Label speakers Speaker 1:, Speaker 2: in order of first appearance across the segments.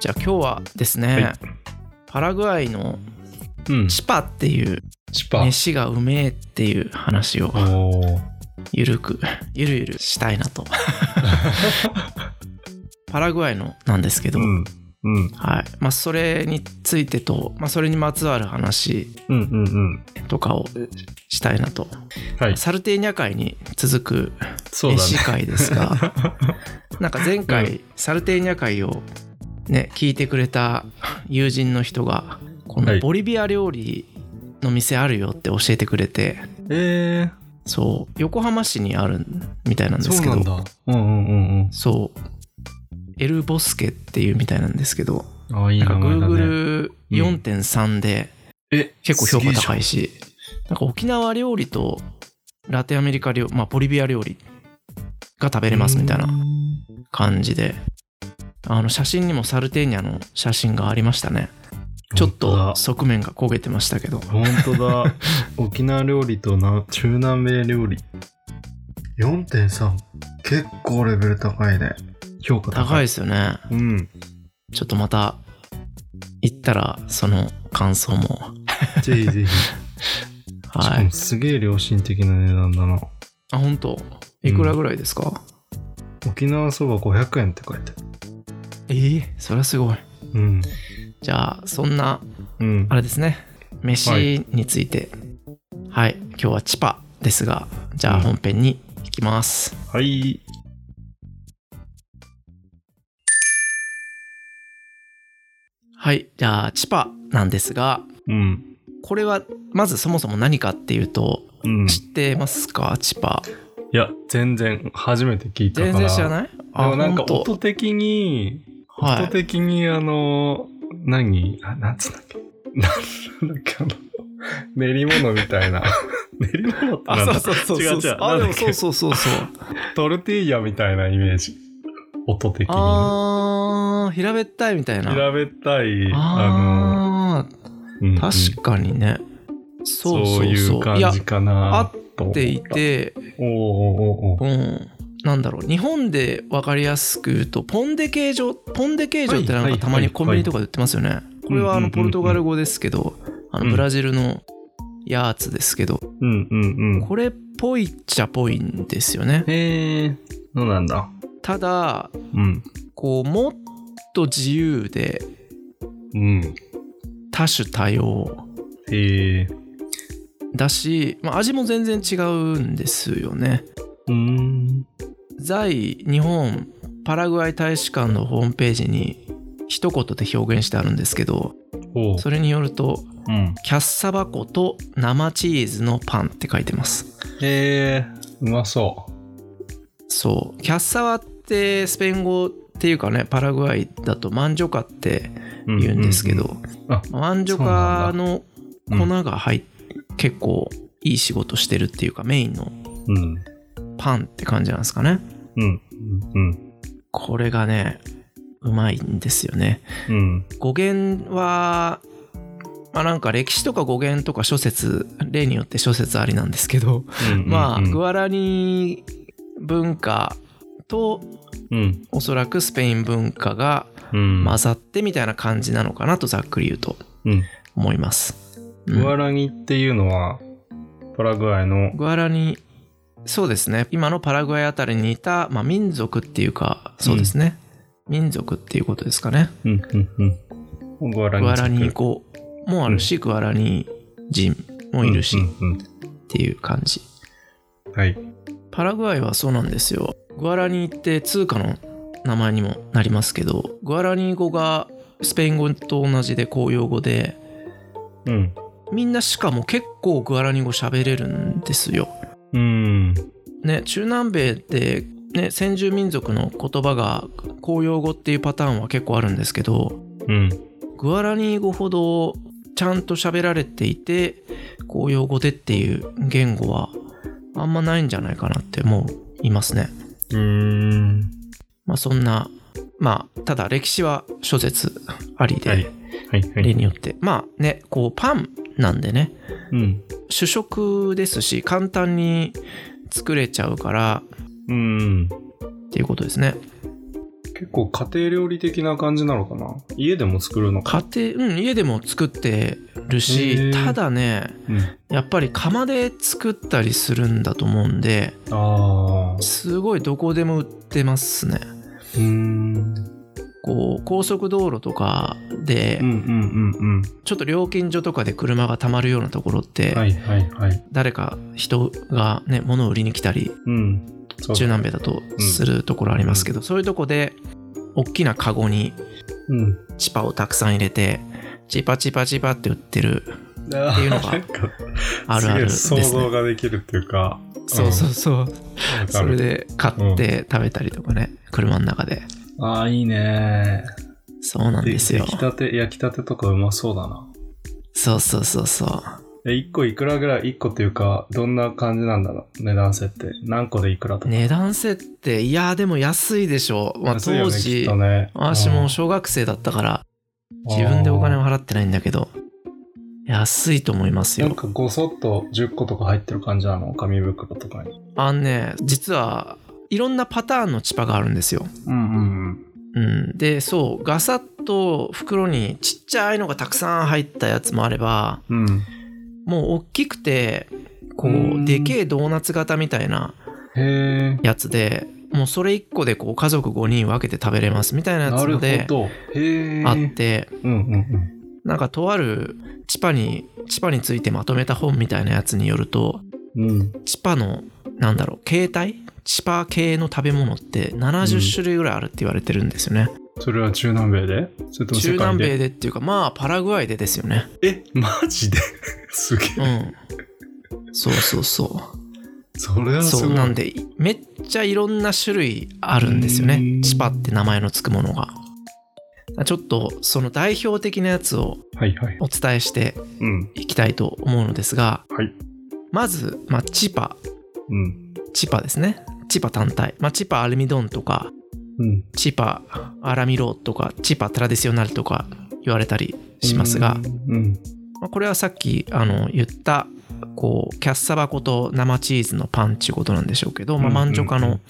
Speaker 1: じゃあ今日はですね、
Speaker 2: はい
Speaker 1: パラグアイの
Speaker 2: うん。
Speaker 1: チパっていう
Speaker 2: チパ。
Speaker 1: 飯がうめえっていう話を
Speaker 2: おー
Speaker 1: ゆるくゆるゆるしたいな とパラグアイのなんですけ
Speaker 2: う
Speaker 1: ど、
Speaker 2: ん。うん。
Speaker 1: はいまあ、それについてと、まあ、それにまつわる話
Speaker 2: うんうんうん。
Speaker 1: とかをしたいなと
Speaker 2: はい。
Speaker 1: サルテーニャ会に続く
Speaker 2: そうだ
Speaker 1: 飯
Speaker 2: ね。
Speaker 1: 会ですが、 なんか前回、サルテーニャ会をね聞いてくれた友人の人がこ
Speaker 2: は
Speaker 1: の
Speaker 2: い
Speaker 1: ボリビア料理の店あるよって教えてくれて、
Speaker 2: え
Speaker 1: そう横浜市にあるみたいなん
Speaker 2: ー、
Speaker 1: です
Speaker 2: そう
Speaker 1: けど
Speaker 2: なんだ。うんうんうん
Speaker 1: そうエルボスケっていうみたいなんですけど
Speaker 2: うん。ああ、いい
Speaker 1: なんか
Speaker 2: 名前だね。うん
Speaker 1: Google4.3 で
Speaker 2: え、
Speaker 1: 結構評価高
Speaker 2: い。
Speaker 1: いしなんか沖縄料理とラテンアメリカ料理まあボリビア料理が食べれますみたいな感じであの写真にもサルテーニャの写真がありましたねちょっと側面が焦げてましたけど
Speaker 2: 本当だ。沖縄料理とな中南米料理。4.3。結構レベル高いね。評価高い。
Speaker 1: 高いですよね
Speaker 2: うん。
Speaker 1: ちょっとまた行ったらその感想も
Speaker 2: ぜひ ぜひ。し
Speaker 1: は
Speaker 2: か
Speaker 1: い
Speaker 2: もすげえ良心的な値段だな。
Speaker 1: あ本当いくらぐらいですか、
Speaker 2: 沖縄そば500円って書いてある。
Speaker 1: えーそれはすごい
Speaker 2: うん。
Speaker 1: じゃあそんな
Speaker 2: うん
Speaker 1: あ。れですね
Speaker 2: は
Speaker 1: 飯についてはい、今日はチパですがじゃ
Speaker 2: う
Speaker 1: あ
Speaker 2: ん
Speaker 1: 本編に行きます、
Speaker 2: はい。
Speaker 1: はいじゃあチパなんですが
Speaker 2: うん。
Speaker 1: これはまずそもそも何かっていうと
Speaker 2: うん。
Speaker 1: 知ってますかチパ
Speaker 2: いや、全然、初めて聞いたから。
Speaker 1: 全然知ら
Speaker 2: い。
Speaker 1: ない
Speaker 2: でもなんか
Speaker 1: ほと
Speaker 2: 音的に、
Speaker 1: はい
Speaker 2: 音的にあの、何あ、なんつうんだっけ。なんだっけ、あの、 練り物みたいな。 練り物ってなん
Speaker 1: あ
Speaker 2: だ
Speaker 1: そうそうそうそう
Speaker 2: 違う違う
Speaker 1: あで
Speaker 2: なんだ
Speaker 1: も
Speaker 2: っけ
Speaker 1: そうそうそうそう
Speaker 2: トルティーヤみたいなイメージ。音的に。
Speaker 1: あー平べったいみたいな
Speaker 2: 平べったい、あ
Speaker 1: あー
Speaker 2: の、うんうん
Speaker 1: 確かにね、そうそうそう
Speaker 2: いう
Speaker 1: や
Speaker 2: 感じか
Speaker 1: あ
Speaker 2: な
Speaker 1: っ
Speaker 2: と思
Speaker 1: ってい。て
Speaker 2: おーおーおーおー
Speaker 1: うん、なんだろう日本で分かりやすく言うとポンデ形状ポンデ形状ってなん
Speaker 2: はい
Speaker 1: か
Speaker 2: はい
Speaker 1: たまにコンビ
Speaker 2: は
Speaker 1: ニ
Speaker 2: い
Speaker 1: とかで売ってますよね、これはあ
Speaker 2: うんうんうんう
Speaker 1: のポ
Speaker 2: ん
Speaker 1: ルトガル語ですけど、あ
Speaker 2: うん
Speaker 1: のブラジルのやーつですけど、
Speaker 2: うんうんうん。
Speaker 1: これっぽいっちゃぽいんですよね
Speaker 2: へえ、そうなんだ。
Speaker 1: ただ
Speaker 2: うん。
Speaker 1: こうもっと自由で
Speaker 2: うん。
Speaker 1: 多種多様
Speaker 2: へえ。
Speaker 1: だし、まあ、味も全然違うんですよね
Speaker 2: うん。
Speaker 1: 在日本パラグアイ大使館のホームページに一言で表現してあるんですけど
Speaker 2: ほう。
Speaker 1: それによると
Speaker 2: うん。
Speaker 1: キャッサバ粉と生チーズのパンって書いてます
Speaker 2: へえ、うまそ
Speaker 1: そうキャッサバってスペイン語っていうかねパラグアイだとマンジョカって
Speaker 2: う。
Speaker 1: 言うんですけど、
Speaker 2: うんあ
Speaker 1: マンジョカの
Speaker 2: そう
Speaker 1: 粉
Speaker 2: なん
Speaker 1: が入っ、結構いい仕事してるっていうかメインの
Speaker 2: うん。うん。
Speaker 1: パンって感じなんですかね
Speaker 2: うん。うん。
Speaker 1: これがねうまいんですよね
Speaker 2: うん。
Speaker 1: 語源はまあなんか歴史とか語源とか諸説例によって諸説ありなんですけど、
Speaker 2: うん
Speaker 1: まあグ
Speaker 2: う
Speaker 1: アラニ文化と
Speaker 2: ん。
Speaker 1: おそらくスペイン文化が
Speaker 2: うん。
Speaker 1: 混ざってみたいな感じなのかなとざっくり言うと
Speaker 2: うん。
Speaker 1: 思います、うん
Speaker 2: グアラニっていうのは、パラグアイの、
Speaker 1: グアラニそうですね今のパラグアイあたりにいた、まあ、民族っていうかそうですね、民族っていうことですかね
Speaker 2: うん。うん。うん。グアラニ
Speaker 1: グ
Speaker 2: 族。
Speaker 1: アラニ語もあるし、グアラニ人もいるし、
Speaker 2: うんうん
Speaker 1: っていう感じ
Speaker 2: うん。はい。
Speaker 1: パラグアイはそうなんですよグアラニって通貨の名前にもなりますけどグアラニ語がスペイン語と同じで公用語で
Speaker 2: うん。
Speaker 1: みんなしかも結構グアラニ語喋れるんですよ
Speaker 2: うん。
Speaker 1: ね中南米でね、先住民族の言葉が公用語っていうパターンは結構あるんですけど
Speaker 2: うん。
Speaker 1: グアラニ語ほどちゃんと喋られていて公用語でっていう言語はあんまないんじゃないかなって思いますね。
Speaker 2: うん。
Speaker 1: まあそんなまあただ歴史は諸説ありで、
Speaker 2: はい。はい。は
Speaker 1: 例
Speaker 2: い。
Speaker 1: によってまあねこうパンなんでね
Speaker 2: うん。
Speaker 1: 主食ですし簡単に作れちゃうから
Speaker 2: うん。
Speaker 1: っていうことですね。
Speaker 2: 結構家庭料理的な感じなのかな家でも作るのか。
Speaker 1: 家庭うん家でも作ってる
Speaker 2: へ
Speaker 1: し
Speaker 2: ー
Speaker 1: ただね
Speaker 2: うん、
Speaker 1: やっぱり釜で作ったりするんだと思うんで
Speaker 2: ああ。
Speaker 1: すごいどこでも売ってますね
Speaker 2: うーん。
Speaker 1: こう高速道路とかで
Speaker 2: うんうんうんうん。
Speaker 1: ちょっと料金所とかで車が溜まるようなところって、
Speaker 2: はいはいはい。
Speaker 1: 誰か人がね物を売りに来たり
Speaker 2: うん。そう
Speaker 1: 中
Speaker 2: だ。
Speaker 1: 南米だとするところありますけど、そういうとこで大きなカゴに
Speaker 2: うん。
Speaker 1: チパをたくさん入れてチパチパチパって売ってる
Speaker 2: って
Speaker 1: いうのが あるあるです
Speaker 2: 想
Speaker 1: ね
Speaker 2: 像ができるっていうか。
Speaker 1: そうそうそう
Speaker 2: わか
Speaker 1: それ
Speaker 2: る。
Speaker 1: で買って食べたりとかね、車の中で
Speaker 2: ああ、いいね。
Speaker 1: そうなんですよ
Speaker 2: 焼きたて、焼きたてとかうまそうだな。
Speaker 1: そうそうそうそう
Speaker 2: え、1個いくらぐらい ?1 個っていうか、どんな感じなんだろう値段設定。何個でいくらとか。
Speaker 1: 値段設定いやでも安いでしょう、まあ、
Speaker 2: 安いよ
Speaker 1: 当
Speaker 2: ねきっ
Speaker 1: 時
Speaker 2: とね
Speaker 1: 私も小学生だったから自分でお金を払ってないんだけど安いと思います
Speaker 2: なん
Speaker 1: よ
Speaker 2: かごそっと10個とか入ってる感じなの紙袋とかに。
Speaker 1: あのね実はいろんなパターンのチパがあるんですよ、
Speaker 2: うんうん
Speaker 1: うん、でそうガサッと袋にちっちゃいのがたくさん入ったやつもあれば
Speaker 2: うん。うん。
Speaker 1: もう大きくてこ
Speaker 2: う
Speaker 1: うんでけえドーナツ型みたいな
Speaker 2: へえ。
Speaker 1: やつでもうそれ1個でこう家族5人分けて食べれますみたいなや
Speaker 2: な
Speaker 1: つも
Speaker 2: るほ
Speaker 1: で
Speaker 2: ど。へえ。
Speaker 1: あって
Speaker 2: うんうんうん。
Speaker 1: なんかとあるチパにチパについてまとめた本みたいなやつによると
Speaker 2: うん、
Speaker 1: チパのなんだろう携帯チパ系の食べ物って
Speaker 2: うん
Speaker 1: 70種類ぐらいあるって言われてるんですよね、
Speaker 2: それは中南米でそれとも
Speaker 1: 中
Speaker 2: 世界
Speaker 1: 南
Speaker 2: で
Speaker 1: 米でっていうかまあパラグアイでですよね
Speaker 2: えマジで すげえ、
Speaker 1: うんそうそうそう
Speaker 2: それはす
Speaker 1: そう
Speaker 2: ごい
Speaker 1: なんでめっちゃいろんな種類あるんですよ
Speaker 2: う
Speaker 1: ね
Speaker 2: ん
Speaker 1: チパって名前のつくものがちょっとその代表的なやつを
Speaker 2: はいはい
Speaker 1: お伝えして
Speaker 2: うん
Speaker 1: いきたいと思うのですが
Speaker 2: はい
Speaker 1: まず、まあ、チパ
Speaker 2: うん
Speaker 1: チパですねチパ単体、まあ、チパアルミ丼とか
Speaker 2: うん
Speaker 1: チパアラミロとかチパトラディショナルとか言われたりしますが、
Speaker 2: うん
Speaker 1: まあこれはさっきあの言ったこうキャッサバ粉と生チーズのパンチことなんでしょうけど、まあ、
Speaker 2: うんうんう
Speaker 1: マ
Speaker 2: ん
Speaker 1: ンジョカの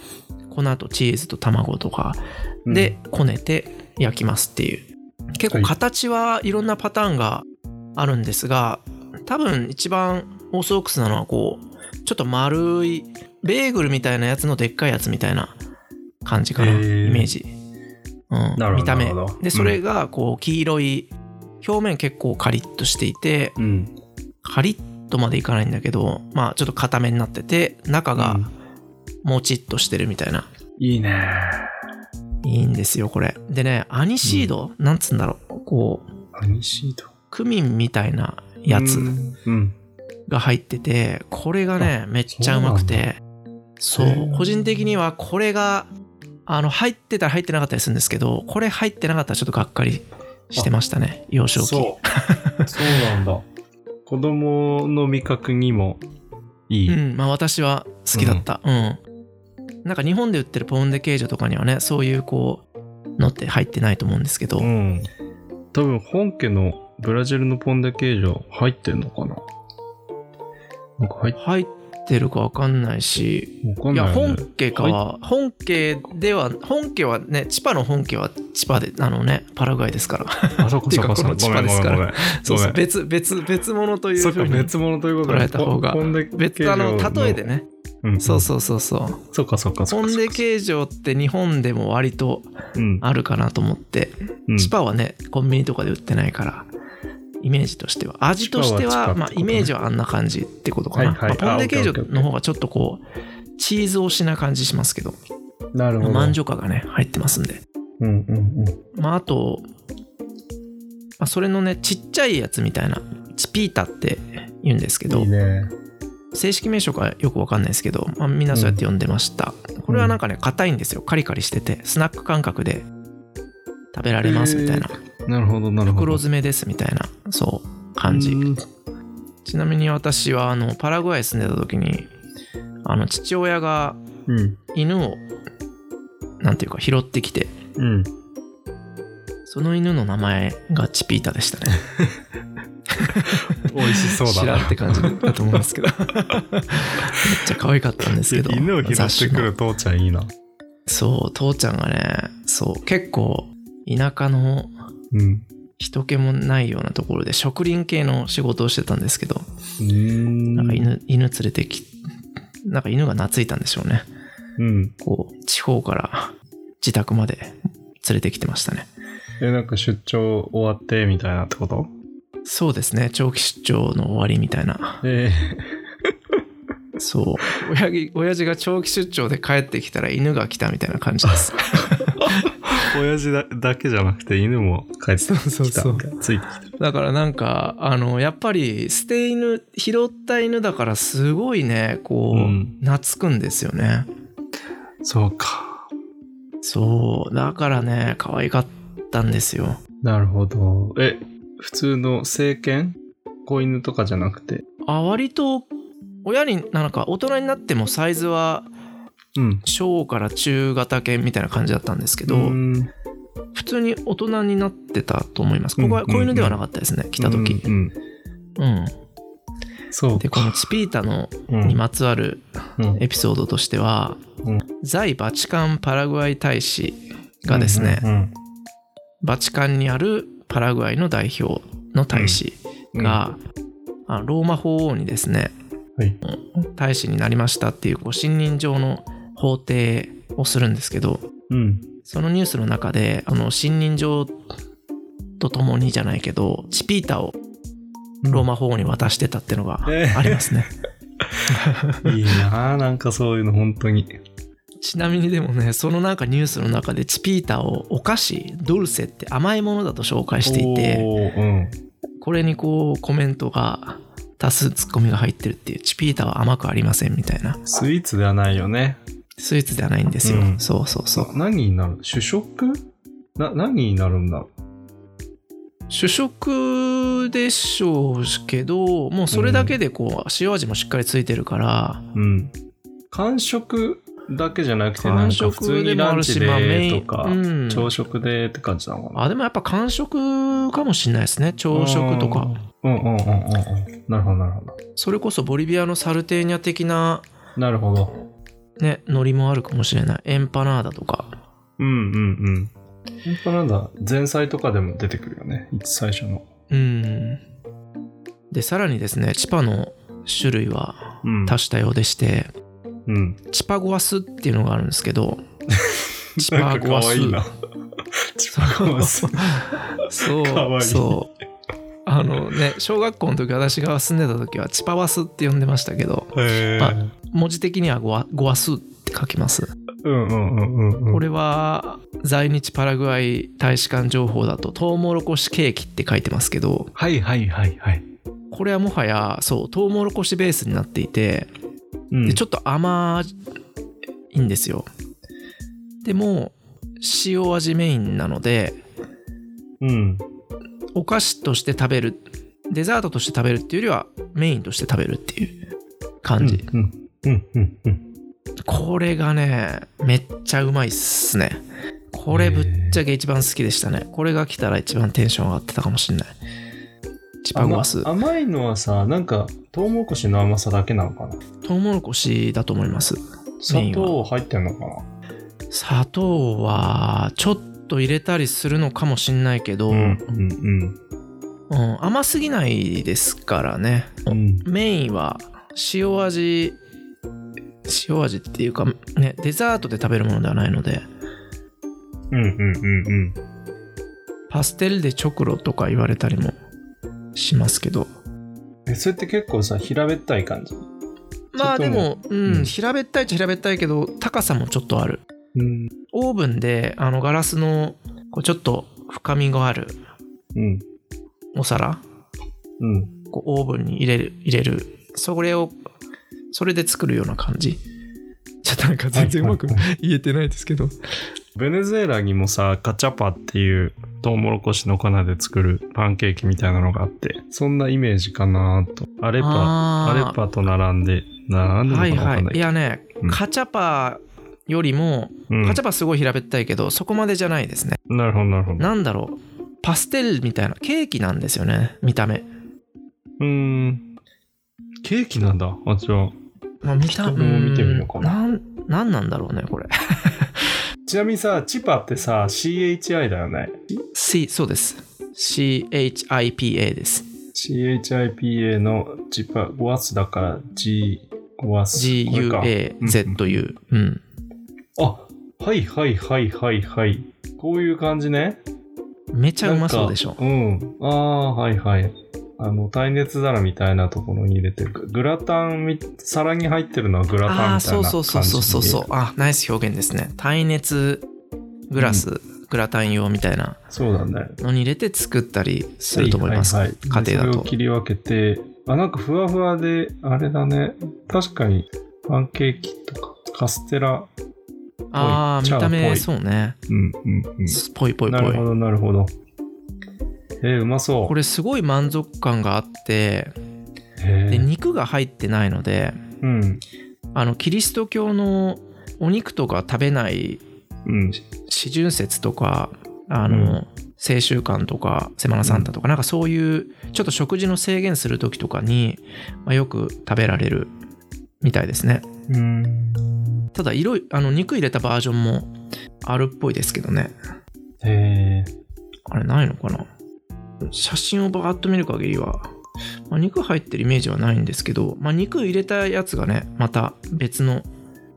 Speaker 1: 粉とチーズと卵とか
Speaker 2: うん
Speaker 1: でこねて焼きますっていう結構形はいろんなパターンがあるんですが多分一番オーソドックスなのはこうちょっと丸いベーグルみたいなやつのでっかいやつみたいな感じかな
Speaker 2: へ
Speaker 1: イ
Speaker 2: ー
Speaker 1: メージ、うん
Speaker 2: なるほど
Speaker 1: 見た目
Speaker 2: なるほど
Speaker 1: でそれがこう黄色い表面結構カリッとしていて、
Speaker 2: うん
Speaker 1: カリッとまでいかないんだけどまあちょっと固めになってて中
Speaker 2: う
Speaker 1: が
Speaker 2: ん
Speaker 1: もちっとしてるみたいな、
Speaker 2: いいね
Speaker 1: いいんですよこれでねアニシード、なんつうんだろうこう
Speaker 2: アニシード
Speaker 1: クミンみたいなやつ
Speaker 2: うん、うん
Speaker 1: が入っててこれがねめっちゃうまくてそ
Speaker 2: へ
Speaker 1: う
Speaker 2: ー
Speaker 1: 個人的にはこれがあの入ってたら入ってなかったりするんですけどこれ入ってなかったらちょっとがっかりしてましたね幼少期
Speaker 2: そう そうなんだ子供の味覚にもいい、
Speaker 1: うん、まあ私は好きだった。うん。なんか日本で売ってるポンデケージョとかにはね、そういうこう、のって入ってないと思うんですけど、
Speaker 2: うん、多分本家のブラジルのポンデケージョ入ってんのかななんか入っ
Speaker 1: 入ってるかわかんないし、
Speaker 2: わかん
Speaker 1: い
Speaker 2: ない
Speaker 1: や、
Speaker 2: よね、
Speaker 1: 本家かは、本家では、本家はね、千葉の本家は千葉で、あのね、パラグアイですから。
Speaker 2: あ、そっかそっかそっ か。
Speaker 1: て
Speaker 2: ご
Speaker 1: いうかこの千葉
Speaker 2: めんごめん
Speaker 1: です
Speaker 2: ご
Speaker 1: から
Speaker 2: めん。
Speaker 1: そうそう、
Speaker 2: ごめ
Speaker 1: 別、別、別物とい
Speaker 2: そうっ
Speaker 1: ふ
Speaker 2: か、
Speaker 1: うに。
Speaker 2: 別物ということ
Speaker 1: 捉えた方が
Speaker 2: ポンデ
Speaker 1: 別あの例えで
Speaker 2: ね。
Speaker 1: ね、
Speaker 2: うん
Speaker 1: そうそうそうそう
Speaker 2: うん。そっかそっかそっ
Speaker 1: ポ
Speaker 2: か。
Speaker 1: ンデ形状って日本でも割と
Speaker 2: うん。
Speaker 1: あるかなと思って
Speaker 2: うん
Speaker 1: チパはねコンビニとかで売ってないからイメージとしては味として
Speaker 2: チパはチパ
Speaker 1: は
Speaker 2: って
Speaker 1: まあ
Speaker 2: ことね
Speaker 1: イメージはあんな感じってことかな、
Speaker 2: はいはい
Speaker 1: まあポンデケージ
Speaker 2: あオッケーオッケーオッ
Speaker 1: ョ
Speaker 2: ケー
Speaker 1: の方がちょっとこうチーズ推しな感じしますけど
Speaker 2: なるほど。
Speaker 1: まんじょかがね入ってますんで
Speaker 2: うんうんうん。
Speaker 1: まああと、まあ、それのねちっちゃいやつみたいなチピータって言うんですけど
Speaker 2: いいね。
Speaker 1: 正式名称かよくわかんないですけど、まあ、みんなそうやって呼んでました、これはなんかね硬いんですよカリカリしててスナック感覚で食べられますみたいな、
Speaker 2: なるほどなるほど。
Speaker 1: 袋詰めですみたいなそう感じ、
Speaker 2: うん
Speaker 1: ちなみに私はあのパラグアイ住んでた時にあの父親が
Speaker 2: うん。
Speaker 1: 犬をなんていうか拾ってきて
Speaker 2: うん。
Speaker 1: その犬の名前がチピータでしたね
Speaker 2: 美味しそうだな。
Speaker 1: 知らんって感じだと思うんですけ どめっちゃ可愛かったんですけど
Speaker 2: 犬を拾
Speaker 1: 雑
Speaker 2: って
Speaker 1: 種
Speaker 2: く
Speaker 1: の
Speaker 2: る父ちゃんいいな。
Speaker 1: そう、父ちゃんがね、そう、結構、田舎の
Speaker 2: うん。
Speaker 1: 人気もないようなところで、植林系の仕事をしてたんですけど、
Speaker 2: うーん。
Speaker 1: なんか犬、犬連れてき、なんか犬が懐いたんでしょうね。
Speaker 2: うん。
Speaker 1: こう、地方から自宅まで連れてきてましたね。
Speaker 2: え、なんか出張終わってみたいなってこと
Speaker 1: そうですね、長期出張の終わりみたいな。
Speaker 2: え
Speaker 1: そう、親父親父が長期出張で帰ってきたら犬が来たみたいな感じです。
Speaker 2: ー、親父だだけじゃなくて犬も帰 ってきた。
Speaker 1: そうそうそ
Speaker 2: ついてきた。
Speaker 1: だからなんか、あの、やっぱり捨て犬、拾った犬だからすごいね、こう、
Speaker 2: うん
Speaker 1: 懐くんですよね。
Speaker 2: そうか。
Speaker 1: そう、だからね、可愛かったんですよ。
Speaker 2: なるほど。え、普通の成犬子犬とかじゃなくて。
Speaker 1: あ、割と、親に、なんか大人になってもサイズは
Speaker 2: うん。
Speaker 1: 小から中型犬みたいな感じだったんですけど、
Speaker 2: うーん
Speaker 1: 普通に大人になってたと思います。ここは
Speaker 2: うんうんうん
Speaker 1: 子犬ではなかったですね、来た時。
Speaker 2: うんうん
Speaker 1: うん。
Speaker 2: そう
Speaker 1: で、このチピータの
Speaker 2: うん
Speaker 1: にまつわる
Speaker 2: うん
Speaker 1: エピソードとしては、
Speaker 2: うん
Speaker 1: 在バチカンパラグアイ大使がですね、
Speaker 2: うん
Speaker 1: バチカンにあるパラグアイの代表の大使
Speaker 2: うん
Speaker 1: が、あローマ法王にですね、
Speaker 2: はい
Speaker 1: 大使になりましたっていうこう信任状の法廷をするんですけど
Speaker 2: うん
Speaker 1: そのニュースの中であの信任状とともにじゃないけどチピータをローマ法王に渡してたってのが
Speaker 2: えー
Speaker 1: ありますね、
Speaker 2: いいなあなんかそういうの本当に
Speaker 1: ちなみにでもねそのなんかニュースの中でチピータをお菓子ドルセって甘いものだと紹介していて
Speaker 2: おーうん
Speaker 1: これにこうコメントが多数ツッコミが入ってるっていうチピータは甘くありませんみたいな
Speaker 2: スイーツではないよね
Speaker 1: スイーツではないんですよ、
Speaker 2: うん
Speaker 1: そうそうそう
Speaker 2: 何になる主食な何になるんだろ
Speaker 1: 主食でしょうけどもうそれだけでこう塩味もしっかりついてるから、
Speaker 2: ううん完食だけじゃなくてな
Speaker 1: 完
Speaker 2: んか普通
Speaker 1: 食で
Speaker 2: に
Speaker 1: も
Speaker 2: ラ
Speaker 1: あ
Speaker 2: ン
Speaker 1: る
Speaker 2: チ
Speaker 1: し、まあ、メ
Speaker 2: で
Speaker 1: イ
Speaker 2: と
Speaker 1: ン、
Speaker 2: か、
Speaker 1: うん、
Speaker 2: 朝食でって感じなのかな
Speaker 1: あでもやっぱ完食かもしれないですね朝食とか
Speaker 2: うんうんうんうんうんなるほどなるほど
Speaker 1: それこそボリビアのサルテーニャ的な
Speaker 2: なるほど
Speaker 1: ね、海苔もあるかもしれない。エンパナーダとか。
Speaker 2: うんうんうん本当なんだ前菜とかでも出てくるよね最初の、
Speaker 1: うん。で、さらにですね、チパの種類は
Speaker 2: うん、
Speaker 1: 多種多様でして、
Speaker 2: うん
Speaker 1: チパゴアスっていうのがあるんですけ ど、チパゴアス。
Speaker 2: なんか可愛いな。チパゴアス。
Speaker 1: そう
Speaker 2: かわいい
Speaker 1: そう。あのね、小学校の時私が住んでた時はチパワスって呼んでましたけど、
Speaker 2: へー
Speaker 1: 文字的にはゴアゴアスって書きます。
Speaker 2: うんうんうんうんうん。
Speaker 1: これは在日パラグアイ大使館情報だとトウモロコシケーキって書いてますけど、
Speaker 2: はいはいはいはい。
Speaker 1: これはもはやそうトウモロコシベースになっていて、
Speaker 2: うん
Speaker 1: でちょっと甘いんですよでも塩味メインなので
Speaker 2: うん。
Speaker 1: お菓子として食べるデザートとして食べるっていうよりはメインとして食べるっていう感じ、
Speaker 2: うんうんうんうん。
Speaker 1: これがねめっちゃうまいっすねこれぶっちゃけ一番好きでしたねこれが来たら一番テンション上がってたかもしれないチパゴアス
Speaker 2: 甘甘いのはさ、なんか、トウモロコシの甘さだけなのかな
Speaker 1: トウモロコシだと思いますメイ
Speaker 2: 砂
Speaker 1: ンは
Speaker 2: 糖入ってんのかな
Speaker 1: 砂糖はちょっと入れたりするのかもしんないけど、
Speaker 2: うん
Speaker 1: うん甘すぎないですからね
Speaker 2: うん。うん
Speaker 1: メインは塩味塩味っていうかねデザートで食べるものではないので
Speaker 2: うんうんうん
Speaker 1: パステルでチョクロとか言われたりもしますけど
Speaker 2: うん。え、それって結構さ、平べったい感じ。
Speaker 1: まあ
Speaker 2: ちょ
Speaker 1: で
Speaker 2: っと
Speaker 1: も、うん
Speaker 2: うん
Speaker 1: 平べったいっちゃ平べったいけど高さもちょっとある
Speaker 2: うん。
Speaker 1: オーブンであのガラスのこうちょっと深みがある
Speaker 2: うん。
Speaker 1: お皿
Speaker 2: うん。
Speaker 1: こうオーブンに入れる入れるそれをそれで作るような感じちょっとなんか全然うまく
Speaker 2: はいはいは
Speaker 1: 言えてないですけど
Speaker 2: ベネズエラにもさ、カチャパっていうトウモロコシの粉で作るパンケーキみたいなのがあって、そんなイメージかなと。アレパ、ア
Speaker 1: あ
Speaker 2: レパと並んで、並んで
Speaker 1: は
Speaker 2: る
Speaker 1: い
Speaker 2: のかな
Speaker 1: は
Speaker 2: わかんな
Speaker 1: いい
Speaker 2: いけど
Speaker 1: やね、
Speaker 2: うん
Speaker 1: カチャパよりも
Speaker 2: うん
Speaker 1: カチャパすごい平べったいけど、そこまでじゃないですね
Speaker 2: なるほど、なるほど。
Speaker 1: なんだろうパステルみたいなケーキなんですよね見た目、
Speaker 2: うーん。ケーキなんだ。あ、じゃあ。
Speaker 1: まあ、見た
Speaker 2: ちょっと見てみようかな
Speaker 1: うんなんなんなんだろうねこれ
Speaker 2: ちなみにさ、チパってさ、CHI だよね。
Speaker 1: C、そうです。CHIPA です。
Speaker 2: CHIPA のチパ、5アスだから G、5アス。これか
Speaker 1: GUAZU。うん。
Speaker 2: あ、はいはいはいはいはい。こういう感じね。
Speaker 1: めちゃうまそうでし
Speaker 2: なん
Speaker 1: ょ
Speaker 2: か。うん。ああ、はいはい。あの、耐熱皿みたいなところに入れてる。グラタンみ、皿に入ってるのはグラ
Speaker 1: あ
Speaker 2: タン
Speaker 1: あー、
Speaker 2: みたい
Speaker 1: そ
Speaker 2: な感
Speaker 1: う
Speaker 2: じ
Speaker 1: そうそうそうそうそう
Speaker 2: う。。
Speaker 1: あ、ナイス表現ですね。耐熱グラス、グラタン用みたいな
Speaker 2: そうだね。
Speaker 1: のに入れて作ったりすると思います。
Speaker 2: ははは
Speaker 1: 家庭だと
Speaker 2: それを切り分けて、あ、なんかふわふわで、あれだね。確かに、パンケーキとか、カステラ。
Speaker 1: ああ、
Speaker 2: ぽい
Speaker 1: 見た
Speaker 2: 茶っぽ
Speaker 1: 目
Speaker 2: い
Speaker 1: そうね。
Speaker 2: うんうんうん。
Speaker 1: ぽいぽいぽ
Speaker 2: なるほ
Speaker 1: い。
Speaker 2: ど、なるほど。えーうまそう。
Speaker 1: これすごい満足感があって、
Speaker 2: へー
Speaker 1: で肉が入ってないので、
Speaker 2: うん。
Speaker 1: あのキリスト教のお肉とか食べない
Speaker 2: うん。
Speaker 1: 四旬節とかあの、青春間とかセマナサンタとか、なんかそういうちょっと食事の制限する時とかに、まあ、よく食べられるみたいですね
Speaker 2: うん。
Speaker 1: ただ色いあの肉入れたバージョンもあるっぽいですけどね
Speaker 2: へえ。
Speaker 1: あれないのかな写真をバーッと見る限りは、まあ、肉入ってるイメージはないんですけど、まあ、肉入れたやつがねまた別の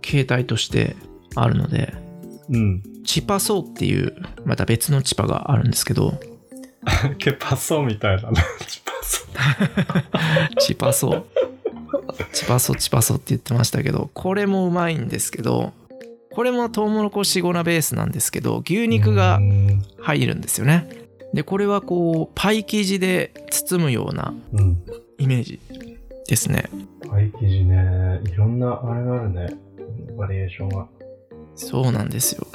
Speaker 1: 形態としてあるので
Speaker 2: うん。
Speaker 1: チパソーっていうまた別のチパがあるんですけど
Speaker 2: ケパソみたいだな。 チパソ。
Speaker 1: チパソ。チパソチパソって言ってましたけど、これもうまいんですけど、これもトウモロコシ粉ナベースなんですけど、牛肉が
Speaker 2: うん
Speaker 1: 入るんですよね。で、これはこう、パイ生地で包むような
Speaker 2: うん。
Speaker 1: イメージですね。
Speaker 2: パイ生地ね。いろんな、あれがあるね。バリエーションが。
Speaker 1: そうなんですよ。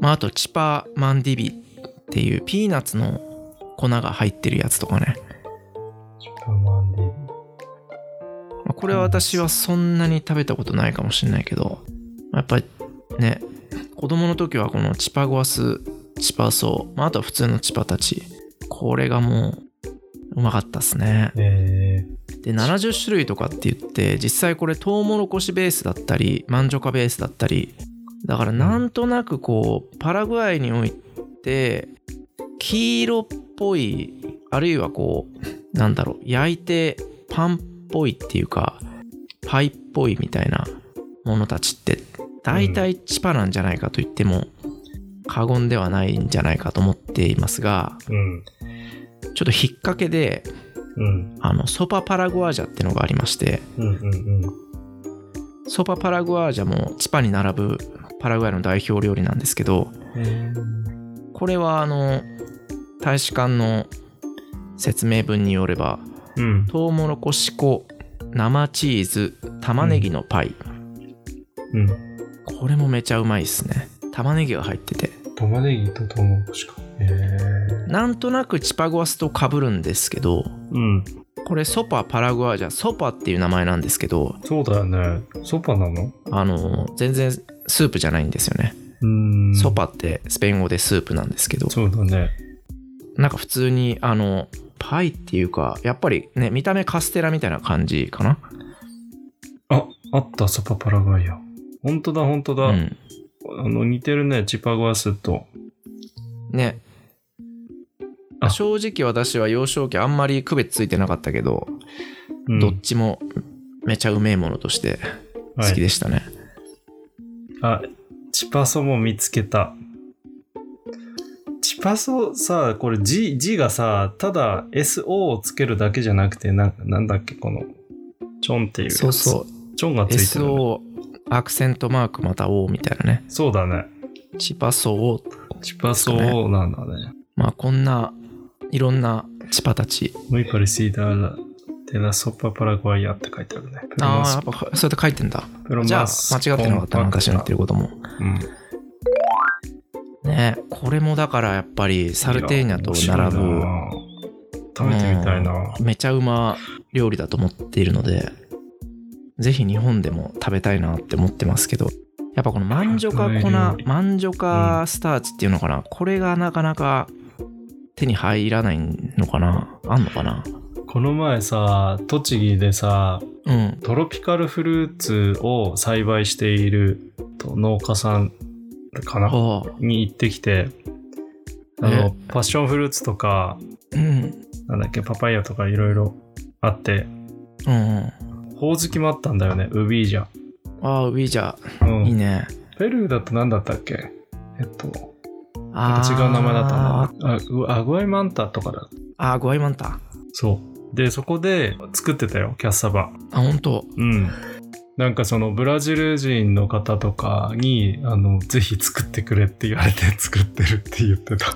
Speaker 1: まあ、あと、チパマンディビっていうピーナッツの粉が入ってるやつとかね。
Speaker 2: チパマンディ。
Speaker 1: まあこれは私はそんなに食べたことないかもしれないけど、まあやっぱりね、子供の時はこのチパゴアス、チパソウ、まあ、あとは普通のチパたち、これがもう、うまかったっすね。
Speaker 2: え
Speaker 1: で、70種類とかって言って、実際これトウモロコシベースだったり、マンジョカベースだったり、だからなんとなくこう、パラグアイにおいて、黄色っぽい、あるいはこう、なんだろう、焼いてパンっぽいっていうか、パイっぽいみたいなものたちって、大体チパなんじゃないかと言っても、過言ではないんじゃないかと思っていますが、
Speaker 2: ー、うん。
Speaker 1: ちょっと引っ掛けで、
Speaker 2: うん。
Speaker 1: あの、ソパパラグアージャってのがありまして、
Speaker 2: うんうんうん。
Speaker 1: ソパパラグアージャもチパに並ぶパラグアイの代表料理なんですけどこれはあの大使館の説明文によれば
Speaker 2: うん。
Speaker 1: トウモロコシ粉生チーズ玉ねぎのパイ、
Speaker 2: うん。
Speaker 1: これもめちゃうまいですね玉ねぎが入ってて
Speaker 2: 玉ねぎとトウモロコシか。えー、
Speaker 1: なんとなくチパゴアスとかぶるんですけど
Speaker 2: うん。
Speaker 1: これソパパラグアージャソパっていう名前なんですけど
Speaker 2: そうだよね。ソパなの
Speaker 1: あの全然スープじゃないんですよね、
Speaker 2: うーん。
Speaker 1: ソ。パってスペイン語でスープなんですけど
Speaker 2: そうだね。
Speaker 1: なんか普通にあのパイっていうかやっぱりね見た目カステラみたいな感じかな
Speaker 2: あ、あった、ソパパラガイア。ほんとだ、ほんとだ。
Speaker 1: うん
Speaker 2: あの、似てるね、チパゴアスと。
Speaker 1: ね
Speaker 2: あ
Speaker 1: 正直私は幼少期あんまり区別ついてなかったけど、
Speaker 2: うん
Speaker 1: どっちもめちゃうめえものとして好きでしたね、
Speaker 2: あ、チパソも見つけた。チパソさ、これ G, G がさ、ただ SO をつけるだけじゃなくて、ななんだっけ、この、チョンっていうやつ。
Speaker 1: そうそう
Speaker 2: チョンがついてるね、
Speaker 1: SO アクセントマークまた O みたいなね
Speaker 2: そうだね。
Speaker 1: チパソを
Speaker 2: チパソをなんだね。
Speaker 1: まあこんないろんなチパたち
Speaker 2: ムイパリシーダーラ、テラソパパラグアイアって書いてあるね。プロ
Speaker 1: あ
Speaker 2: マ
Speaker 1: あ
Speaker 2: ス
Speaker 1: やっぱそうやって書いてんだ
Speaker 2: プロ
Speaker 1: じゃ
Speaker 2: マ
Speaker 1: あ
Speaker 2: ス
Speaker 1: 間違ってなかったな
Speaker 2: コンパク
Speaker 1: 私
Speaker 2: ト
Speaker 1: の言ってることも
Speaker 2: うん。
Speaker 1: ねこれもだからやっぱりサルテーニャと並
Speaker 2: い
Speaker 1: ぶ
Speaker 2: や面白いな食べてみたいな。
Speaker 1: うんめちゃうま料理だと思っているのでぜひ日本でも食べたいなって思ってますけどやっぱこのマンジョカ粉
Speaker 2: 革命料理
Speaker 1: マンジョカスターチっていうのかな、これがなかなか手に入らないのかなあんのかな
Speaker 2: この前さ、栃木でさ、
Speaker 1: うん
Speaker 2: トロピカルフルーツを栽培していると農家さんかな
Speaker 1: ああ
Speaker 2: に行ってきて、あの、
Speaker 1: ね
Speaker 2: パッションフルーツとか、
Speaker 1: うん
Speaker 2: なんだっけ、パパイヤとかいろいろあって、
Speaker 1: うんうん
Speaker 2: ほおずきもあったんだよね、ウビージャ。
Speaker 1: ああウィージャ
Speaker 2: う
Speaker 1: ーいい
Speaker 2: ん。
Speaker 1: ね
Speaker 2: ペルーだと何だったっけえっと、な
Speaker 1: あ
Speaker 2: んか
Speaker 1: あ
Speaker 2: 違う名前だった
Speaker 1: あ
Speaker 2: んだな。あうアグアイマンタとかだ。
Speaker 1: あーゴアイマンタ
Speaker 2: そう。で、そこで作ってたよ、キャッサバ。
Speaker 1: あ本当
Speaker 2: うん。なんかそのブラジル人の方とかに、あの、ぜひ作ってくれって言われて 作ってるって言ってた。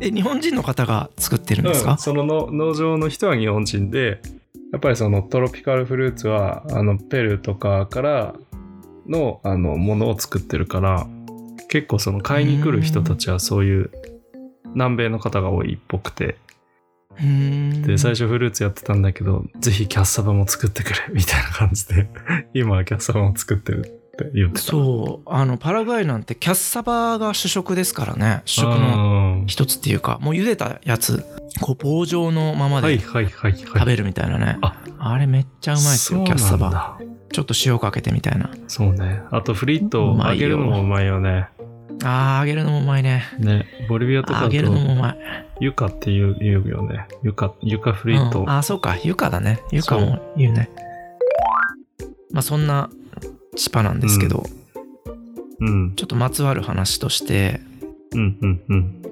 Speaker 1: え日本人の方が作ってるんです
Speaker 2: う
Speaker 1: か
Speaker 2: ん、そのの農場の人は日本人でやっぱりそのトロピカルフルーツはあのペルーとかからのあのものを作ってるから結構その買いに来る人たちはそういう南米の方が多いっぽくて
Speaker 1: うーん
Speaker 2: で最初フルーツやってたんだけどぜひキャッサバも作ってくれ みたいな感じで今はキャッサバも作ってるって言ってた
Speaker 1: そうあのパラグアイなんてキャッサバが主食ですからね主食の
Speaker 2: の
Speaker 1: 一つっていうかもう茹でたやつこう棒状のまま
Speaker 2: はい
Speaker 1: で
Speaker 2: はいはいはい
Speaker 1: 食べるみたいなね、
Speaker 2: あ
Speaker 1: あれめっちゃうまいですよキャッサ
Speaker 2: そう
Speaker 1: バ
Speaker 2: なんだ
Speaker 1: ちょっと塩かけてみたいな
Speaker 2: そうねあとフリットを揚げるのもうまいよね
Speaker 1: あー揚げるのもうまいね
Speaker 2: ね、ボリビアとか
Speaker 1: 揚
Speaker 2: だ
Speaker 1: げるのもう
Speaker 2: と
Speaker 1: まい
Speaker 2: ユカっていう言うよね。ユカ、ユカフリー
Speaker 1: う
Speaker 2: ト。
Speaker 1: んあーそうかユカだねユカも言うねまあそんなチパなんですけど、
Speaker 2: うん、
Speaker 1: ちょっとまつわる話として
Speaker 2: うん、うん、うん。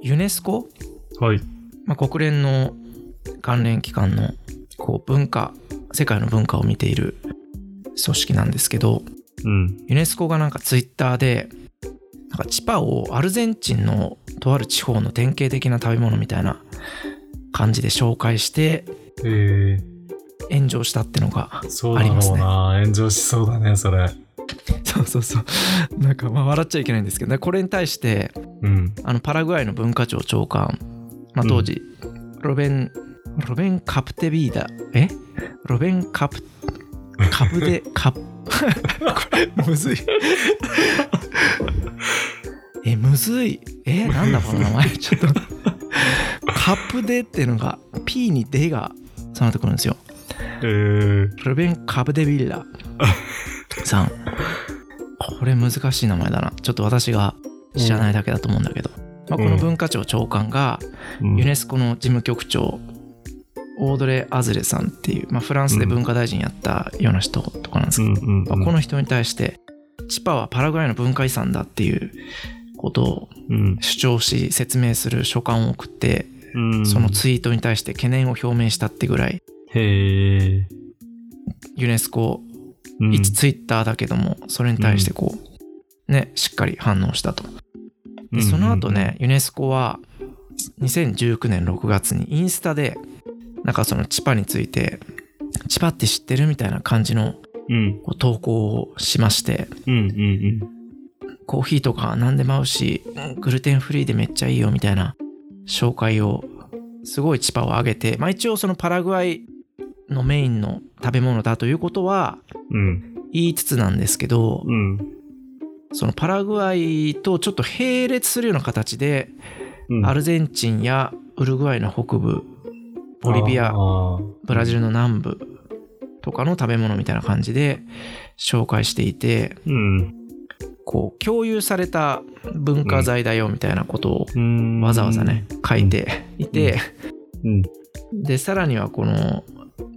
Speaker 1: ユネスコ、
Speaker 2: はい。
Speaker 1: まあ、国連の関連機関のこう文化世界の文化を見ている組織なんですけど
Speaker 2: うん、
Speaker 1: ユネスコがなんかツイッターでなんかチパをアルゼンチンのとある地方の典型的な食べ物みたいな感じで紹介して
Speaker 2: え
Speaker 1: 炎上したってのが
Speaker 2: ー、そうだろ
Speaker 1: あ
Speaker 2: う
Speaker 1: りますね
Speaker 2: な、炎上しそうだね、それ。
Speaker 1: そうそうそうなんかまあ笑っちゃいけないんですけどねこれに対して
Speaker 2: うん。
Speaker 1: あのパラグアイの文化庁長官、まあ、当時、ロベンロベン・カプテビーダえロベン・カプカプデカプ これむずいえむずいえなんだこの名前ちょっとカプデっていうのが P にデがその後くるんですよ
Speaker 2: えー、
Speaker 1: ロベン・カプデビー ダさんこれ難しい名前だなちょっと私が知らないだけだと思うんだけど、まあ、この文化庁長官が
Speaker 2: うん
Speaker 1: ユネスコの事務局長オードレ・アズレさんっていう、まあ、フランスで文化大臣やったような人とかなんです
Speaker 2: う
Speaker 1: けど、
Speaker 2: ん、うん、
Speaker 1: まあ、この人に対してチパはパラグアイの文化遺産だっていうことを
Speaker 2: うん、
Speaker 1: 主張し説明する書簡を送って
Speaker 2: うん。
Speaker 1: そのツイートに対して懸念を表明したってぐらい
Speaker 2: へー。
Speaker 1: ユネスコ
Speaker 2: うん
Speaker 1: 一ツイッターだけどもそれに対してこうねしっかり反応したとでその後、ね、ユネスコは2019年6月にインスタで、なんかそのチパについて、チパって知ってるみたいな感じの
Speaker 2: うん、
Speaker 1: こう投稿をしまして、
Speaker 2: うん、うん、うん。
Speaker 1: コーヒーとか何でも合うし、グルテンフリーでめっちゃいいよみたいな紹介を、すごいチパを上げて、まあ一応そのパラグアイのメインの食べ物だということは
Speaker 2: うん、
Speaker 1: 言いつつなんですけど、
Speaker 2: うん、
Speaker 1: そのパラグアイとちょっと並列するような形で、
Speaker 2: うん。
Speaker 1: アルゼンチンやウルグアイの北部、ボリビア
Speaker 2: あ、ー
Speaker 1: ブラジルの南部とかの食べ物みたいな感じで紹介していて、
Speaker 2: うん。
Speaker 1: こう、共有された文化財だよみたいなことを
Speaker 2: うん
Speaker 1: わざわざね、書いていて、
Speaker 2: うん。
Speaker 1: で、さらにはこの、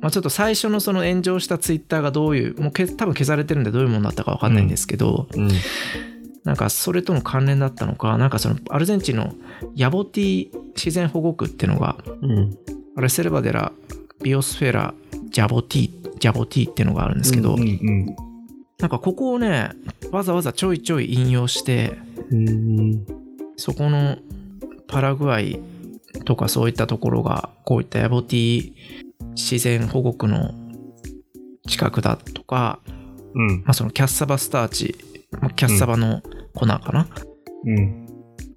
Speaker 1: まあ、ちょっと最初のその炎上したツイッターがどういう、もうけ多分消されてるんでどういうものだったかわかんないんですけど、
Speaker 2: うん。
Speaker 1: なんかそれとの関連だったのか、なんかそのアルゼンチンのヤボティ自然保護区っていうのが、
Speaker 2: うん。
Speaker 1: レセルバデラビオスフェラジャボティジャボティっていうのがあるんですけど、
Speaker 2: うん、うん。
Speaker 1: なんかここをねわざわざちょいちょい引用して
Speaker 2: うん
Speaker 1: そこのパラグアイとかそういったところがこういったヤボティ自然保護区の近くだとか、
Speaker 2: うん。
Speaker 1: まあ、そのキャッサバスターチまあキャッサバの粉かな、
Speaker 2: うん。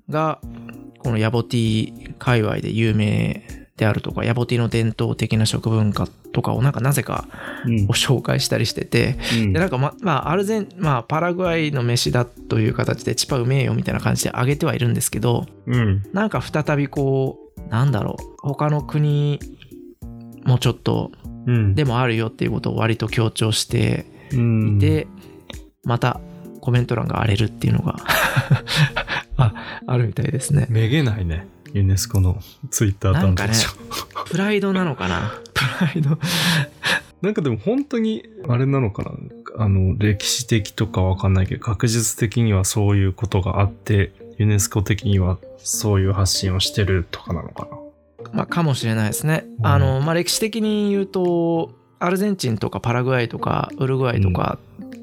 Speaker 1: がこのヤボティ界隈で有名であるとかヤボティの伝統的な食文化とかをなんかなぜか
Speaker 2: うん
Speaker 1: を紹介したりしてて、
Speaker 2: うん
Speaker 1: でなんかままあアルゼン、まあ、パラグアイの飯だという形でチパうめえよみたいな感じで上げてはいるんですけど
Speaker 2: うん。
Speaker 1: なんか再びこうなんだろう他の国もちょっと
Speaker 2: うん。
Speaker 1: でもあるよっていうことを割と強調して
Speaker 2: うん、
Speaker 1: いて、またコメント欄が荒れるっていうのが ああるみたいですね。
Speaker 2: めげないね。ユネスコのツイッター担
Speaker 1: なん
Speaker 2: 当者。
Speaker 1: かねプライドなのかなプライド。
Speaker 2: なんかでも本当に、あれなのかな。あの、歴史的とかわかんないけど、学術的にはそういうことがあって、ユネスコ的にはそういう発信をしてるとかなのかな。
Speaker 1: まあ、かもしれないですね。
Speaker 2: うん
Speaker 1: あの、まあ、歴史的に言うと、アルゼンチンとかパラグアイとかウルグアイとか、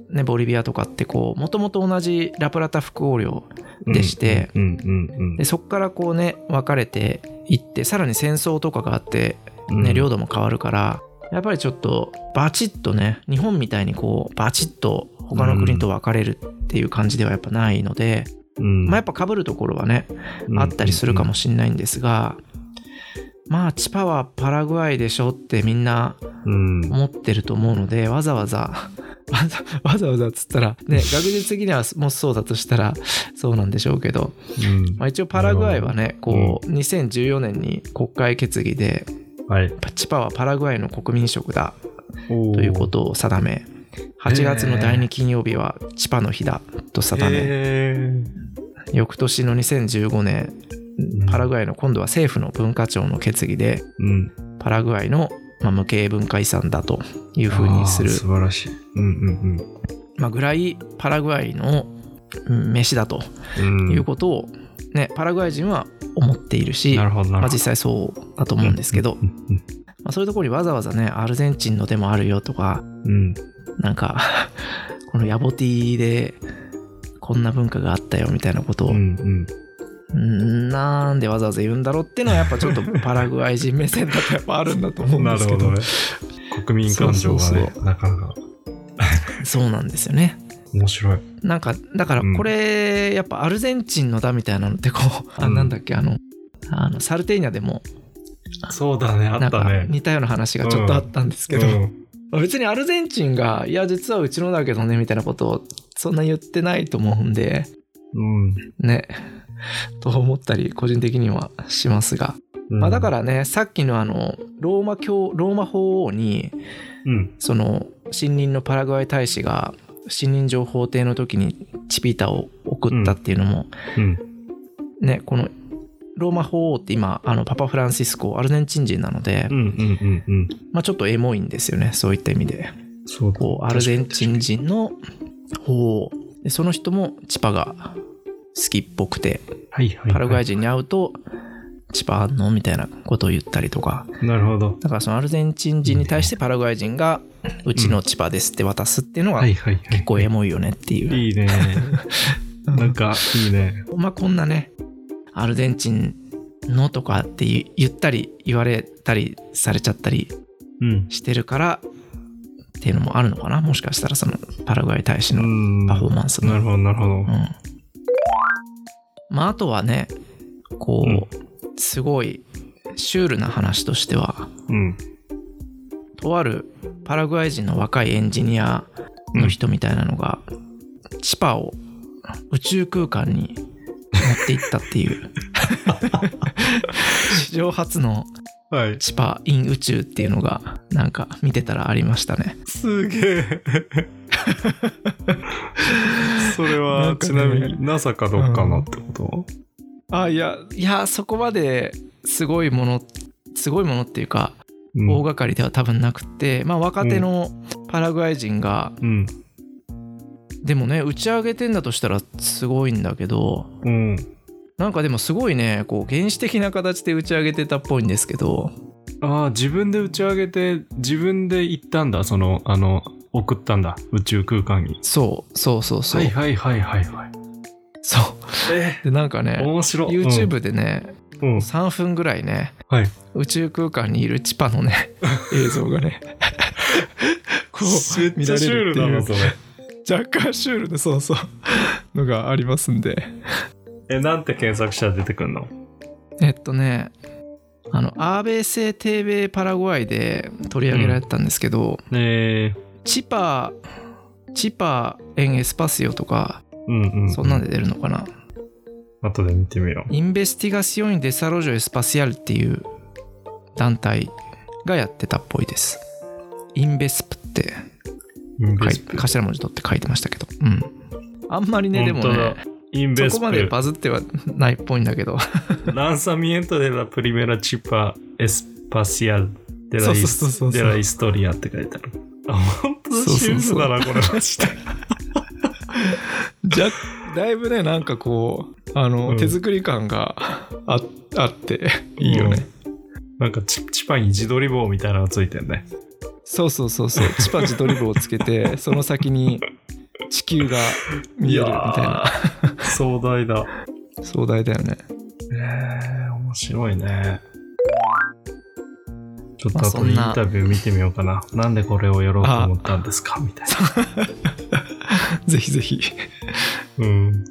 Speaker 1: ね、ボリビアとかってこう、もともと同じラプラタ副王領でして
Speaker 2: うんうん
Speaker 1: で、そこからこうね、分かれていって、さらに戦争とかがあって、
Speaker 2: うん。
Speaker 1: ね、領土も変わるから、やっぱりちょっとバチッとね、日本みたいにこう、バチッと他の国と分かれるっていう感じではやっぱないので、
Speaker 2: うん、
Speaker 1: まあ、やっぱ被るところはね、あったりするかもしれないんですが、まあ、チパはパラグアイでしょってみんな
Speaker 2: うん。うん。
Speaker 1: 思ってると思うので、わざわざ、 わざわざわざっつったら、ね、学術的にはもしそうだとしたらそうなんでしょうけど、
Speaker 2: うん
Speaker 1: まあ、一応パラグアイはね、こう、2014年に国会決議で、
Speaker 2: はい。
Speaker 1: チパはパラグアイの国民食だ
Speaker 2: と
Speaker 1: ということを定め、8月の第2金曜日はチパの日だと定め、翌年の2015年パラグアイの今度は政府の文化庁の決議で
Speaker 2: うん。
Speaker 1: パラグアイの、まあ、無形文化遺産だというふうにする
Speaker 2: あー素晴らしい。うん
Speaker 1: まあ、ぐらいパラグアイのうん飯だと
Speaker 2: うんうん。うん
Speaker 1: いうことを、ねパラグアイ人は思っているし
Speaker 2: なるほどなる
Speaker 1: ま
Speaker 2: ほ
Speaker 1: あ、
Speaker 2: ど。
Speaker 1: 実際そうだと思うんですけど、
Speaker 2: うん
Speaker 1: まあ、そういうところにわざわざねアルゼンチンのでもあるよとか
Speaker 2: うん。
Speaker 1: なんか このヤボティでこんな文化があったよみたいなことを、
Speaker 2: うんうん。
Speaker 1: うんなんでわざわざ言うんだろうっていうのはやっぱちょっとパラグアイ人目線だとやっぱあるんだと思うん
Speaker 2: な
Speaker 1: です
Speaker 2: る
Speaker 1: け
Speaker 2: ほ
Speaker 1: ど
Speaker 2: どね。国民感情が
Speaker 1: そう
Speaker 2: ね
Speaker 1: そ、
Speaker 2: なかなか
Speaker 1: そうなんですよね
Speaker 2: 面白い。
Speaker 1: なんかだから
Speaker 2: うん
Speaker 1: これやっぱアルゼンチンのだみたいなのってこう、あ
Speaker 2: うん
Speaker 1: なんだっけあのあのサルテーニャでも
Speaker 2: そうだね、あ
Speaker 1: な
Speaker 2: っ
Speaker 1: んか
Speaker 2: たね。
Speaker 1: 似たような話がちょっとあったんですけど、
Speaker 2: うん
Speaker 1: 別にアルゼンチンがいや実はうちのだけどねみたいなことをそんな言ってないと思うんで
Speaker 2: うん。、
Speaker 1: ねと思ったり個人的にはしますが、まあ、だかららねさっきのあのローマ教ローマ法王に
Speaker 2: うん。
Speaker 1: その森林のパラグアイ大使が森林情報艇の時にチピータを送ったっていうのも、
Speaker 2: うん。
Speaker 1: ねこのローマ法王って今あのパパフランシスコアルゼンチン人なので、
Speaker 2: うんうんうんうん。
Speaker 1: まあ、ちょっとエモいんですよねそういった意味で
Speaker 2: そうだ
Speaker 1: こうアルゼンチン人の法王でその人もチパが好きっぽくて
Speaker 2: はいはいはい。
Speaker 1: パラグアイ人に会うとチパあんのみたいなことを言ったりとか
Speaker 2: なるほど。
Speaker 1: だからそのアルゼンチン人に対してパラグアイ人がうちのチパですって渡すっていうのが
Speaker 2: はいはいはい。
Speaker 1: 結構エモいよねっていう、
Speaker 2: い いね。なんか、いいね。
Speaker 1: まあこんなねアルゼンチンのとかって言言ったり言われたりされちゃったり
Speaker 2: うん。
Speaker 1: してるからっていうのもあるのかなもしかしたらそのパラグアイ大使
Speaker 2: う
Speaker 1: の、
Speaker 2: ん。
Speaker 1: パフォーマンスの
Speaker 2: なるほど、なるほど
Speaker 1: うん。まああとはねこう、すごいシュールな話としては
Speaker 2: うん。
Speaker 1: とあるパラグアイ人の若いエンジニアの人みたいなのが、チパを宇宙空間に持っていったっていう 史上初の
Speaker 2: はい。
Speaker 1: チパ in 宇宙っていうのがなんか見てたらありましたね
Speaker 2: すげえ。 それ
Speaker 1: な
Speaker 2: は
Speaker 1: ん、かね
Speaker 2: ちなみに NASA かどっかのってこと
Speaker 1: あいやいやそこまですごいものすごいものっていうか
Speaker 2: うん
Speaker 1: 大掛かりでは多分なくて、まあ若手のパラグアイ人が、
Speaker 2: うん。
Speaker 1: でもね打ち上げてんだとしたらすごいんだけど
Speaker 2: うん。
Speaker 1: なんかでもすごいねこう原始的な形で打ち上げてたっぽいんですけど
Speaker 2: ああ、自分で打ち上げて、自分で行ったんだ、その、あの、送ったんだ、宇宙空間に。
Speaker 1: そうそうそうそう、
Speaker 2: はいはいはいはいはい。
Speaker 1: そう
Speaker 2: え
Speaker 1: でなんかね
Speaker 2: 面白い。
Speaker 1: YouTube でね、
Speaker 2: うん。うん
Speaker 1: 3分ぐらいね
Speaker 2: はい。
Speaker 1: 宇宙空間にいるチパの ね映像がねこう
Speaker 2: めっ
Speaker 1: 見
Speaker 2: ち
Speaker 1: ら
Speaker 2: ゃ
Speaker 1: れ
Speaker 2: シュー
Speaker 1: るっ
Speaker 2: ル
Speaker 1: て
Speaker 2: だ
Speaker 1: い
Speaker 2: な、
Speaker 1: う
Speaker 2: それ。
Speaker 1: 若干シュールでそうそうのがありますんで
Speaker 2: え、なんて検索したら出てくるの
Speaker 1: えっとねあのアーベイ製低米パラグアイで取り上げられてたんですけど、
Speaker 2: えー、
Speaker 1: チパー、チパー、エンエスパシオとか、
Speaker 2: うんうん。
Speaker 1: そんなんで出るのかな。
Speaker 2: 後で見てみよう。
Speaker 1: インベスティガシオン・デサロジョ・エスパシアルっていう団体がやってたっぽいです。インベスプって、
Speaker 2: イン
Speaker 1: はい
Speaker 2: ベスプ。
Speaker 1: 頭文字取って書いてましたけど。うん。あんまりね、でも
Speaker 2: 本当
Speaker 1: ね
Speaker 2: だ、インベ
Speaker 1: そ
Speaker 2: ス
Speaker 1: こまで
Speaker 2: プ
Speaker 1: バズってはないっぽいんだけ ど。
Speaker 2: ランサミエントでラプリメラチパエスパシアデ
Speaker 1: そ
Speaker 2: ラ
Speaker 1: うそう
Speaker 2: イ
Speaker 1: そうそう
Speaker 2: スデライストリアって書いてある。あ、本当だ、
Speaker 1: そう
Speaker 2: シ
Speaker 1: そう
Speaker 2: ュー
Speaker 1: そう
Speaker 2: ズだな、これマジで。
Speaker 1: じゃだいぶねなんかこうあの、
Speaker 2: うん
Speaker 1: 手作り感がああっていいよね、
Speaker 2: うん。なんかチチパに自撮り棒みたいなのついてるね。
Speaker 1: そうそうそうそうチパチドリブをつけてその先に地球が見えるみたいな
Speaker 2: な。壮大だ。
Speaker 1: 壮大だよね
Speaker 2: えー、面白いね。ちょっ
Speaker 1: まあ
Speaker 2: と
Speaker 1: そ
Speaker 2: 後で
Speaker 1: ん
Speaker 2: イン
Speaker 1: な
Speaker 2: タビュー見てみようかな。なんでこれをやろうと思ったんです かみたい
Speaker 1: ぜひぜひ
Speaker 2: な。うん。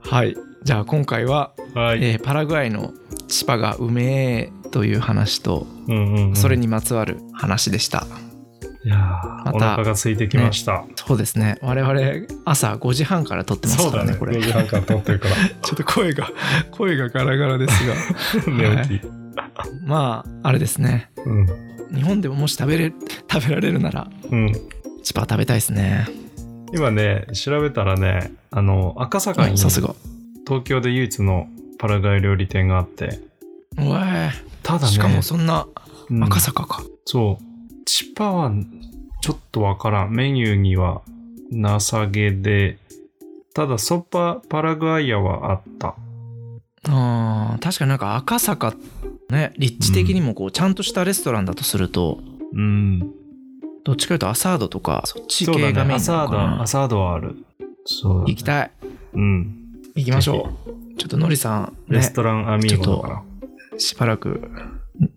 Speaker 1: はいじゃあ今回は、
Speaker 2: はい。
Speaker 1: えーパラグアイのチパがうめえという話と
Speaker 2: うんうんうん
Speaker 1: それ。にまつわる話でした、
Speaker 2: いや
Speaker 1: また
Speaker 2: ーお腹が空いてきました。
Speaker 1: そうですね我々朝5時半から撮ってます
Speaker 2: そう
Speaker 1: か
Speaker 2: だ
Speaker 1: らね
Speaker 2: ね。
Speaker 1: これ
Speaker 2: 5
Speaker 1: ち
Speaker 2: 時
Speaker 1: ょ
Speaker 2: 半から撮ってるから。
Speaker 1: っと声が声がガラガラですが
Speaker 2: 寝起き。
Speaker 1: まああれですね
Speaker 2: うん。
Speaker 1: 日本でももし食べれ食べられるなら
Speaker 2: うん。
Speaker 1: チパ食べたいですね
Speaker 2: 今ね、調べたらね、あの、赤坂に
Speaker 1: さす
Speaker 2: 東
Speaker 1: が
Speaker 2: 京で唯一のパラガイ料理店があって、
Speaker 1: うわ
Speaker 2: ただ
Speaker 1: ー
Speaker 2: ね、
Speaker 1: しかもそんな
Speaker 2: うん
Speaker 1: 赤坂か、
Speaker 2: そう、チパはちょっとわからん。メニューにはなさげで、ただソッパパラグアイアはあった。
Speaker 1: あー確かになんか赤坂ね立地的にもこうちゃんとしたレストランだとすると、
Speaker 2: うん。
Speaker 1: どっちかというとアサードとかそっち
Speaker 2: そうだ
Speaker 1: 系がメインなのか
Speaker 2: ね。
Speaker 1: な
Speaker 2: アサード、アサードはある。そうだね
Speaker 1: 行きたい
Speaker 2: うん。
Speaker 1: 行きましょうちょっとのりさん
Speaker 2: レ
Speaker 1: ね
Speaker 2: ストランアミーゴだから。
Speaker 1: しばらく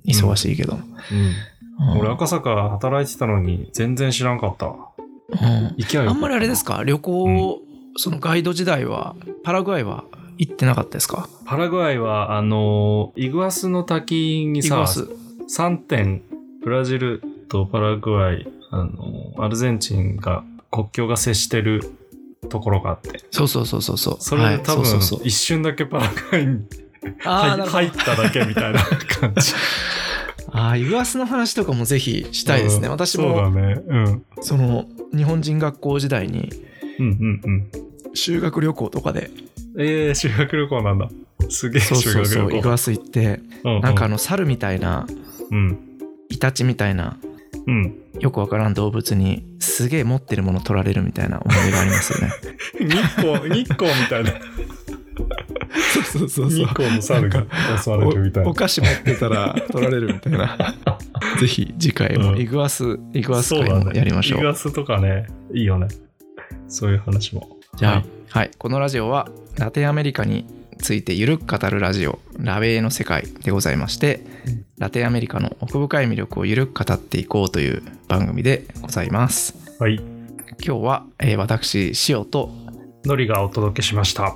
Speaker 1: 忙しいけど、
Speaker 2: うん。
Speaker 1: うん
Speaker 2: 俺、赤坂働いてたのに全然知らんかった。
Speaker 1: うん
Speaker 2: 行きゃよかった
Speaker 1: あんまりあれですか旅行、そのガイド時代はパラグアイは行ってなかったですか
Speaker 2: パラグアイは、あのーイグアスの滝に
Speaker 1: 行き
Speaker 2: さ、
Speaker 1: ます
Speaker 2: 3点、ブラジルとパラグアイ、あのーアルゼンチンが、国境が接してるところがあって、
Speaker 1: そうそうそうそうそう
Speaker 2: それで多
Speaker 1: は
Speaker 2: 分、
Speaker 1: い、そうそうそう
Speaker 2: 一瞬だけパラグアイに
Speaker 1: あーな
Speaker 2: 入
Speaker 1: るほど
Speaker 2: 入っただけみたいな感じ。
Speaker 1: あーイグアスの話とかもぜひしたいですね、
Speaker 2: うん
Speaker 1: 私
Speaker 2: そう
Speaker 1: も
Speaker 2: だね。うん。うん
Speaker 1: その日本人学校時代に
Speaker 2: うんうん。
Speaker 1: 修学旅行とかで
Speaker 2: えー、修学旅行なんだ。すげえ
Speaker 1: そう
Speaker 2: 修
Speaker 1: そう
Speaker 2: 学
Speaker 1: そう
Speaker 2: 旅
Speaker 1: イグ
Speaker 2: 行。
Speaker 1: アス行って
Speaker 2: う
Speaker 1: なんかあの猿みたいな
Speaker 2: うん。
Speaker 1: イタチみたいな
Speaker 2: うん。
Speaker 1: よくわからん動物にすげえ持ってるもの取られるみたいな思い出があります よね
Speaker 2: 日光、日光みたいな。
Speaker 1: そうそうそ
Speaker 2: 日光の猿が襲われるみたいな
Speaker 1: お。菓子持ってたら取られるみたいな ぜひ次回も
Speaker 2: うん
Speaker 1: イグアス、イグアス
Speaker 2: そう
Speaker 1: 会
Speaker 2: だ
Speaker 1: も
Speaker 2: ね
Speaker 1: やりましょう
Speaker 2: イグアスとかね、いいよね。そういう話も。
Speaker 1: じゃあ、
Speaker 2: は
Speaker 1: はいい、このラジオはラテンアメリカについてゆるく語るラジオラベーの世界でございまして、
Speaker 2: うん
Speaker 1: ラテンアメリカの奥深い魅力をゆるく語っていこうという番組でございます。
Speaker 2: はい。
Speaker 1: 今日は、えー私塩と
Speaker 2: のりがお届けしました。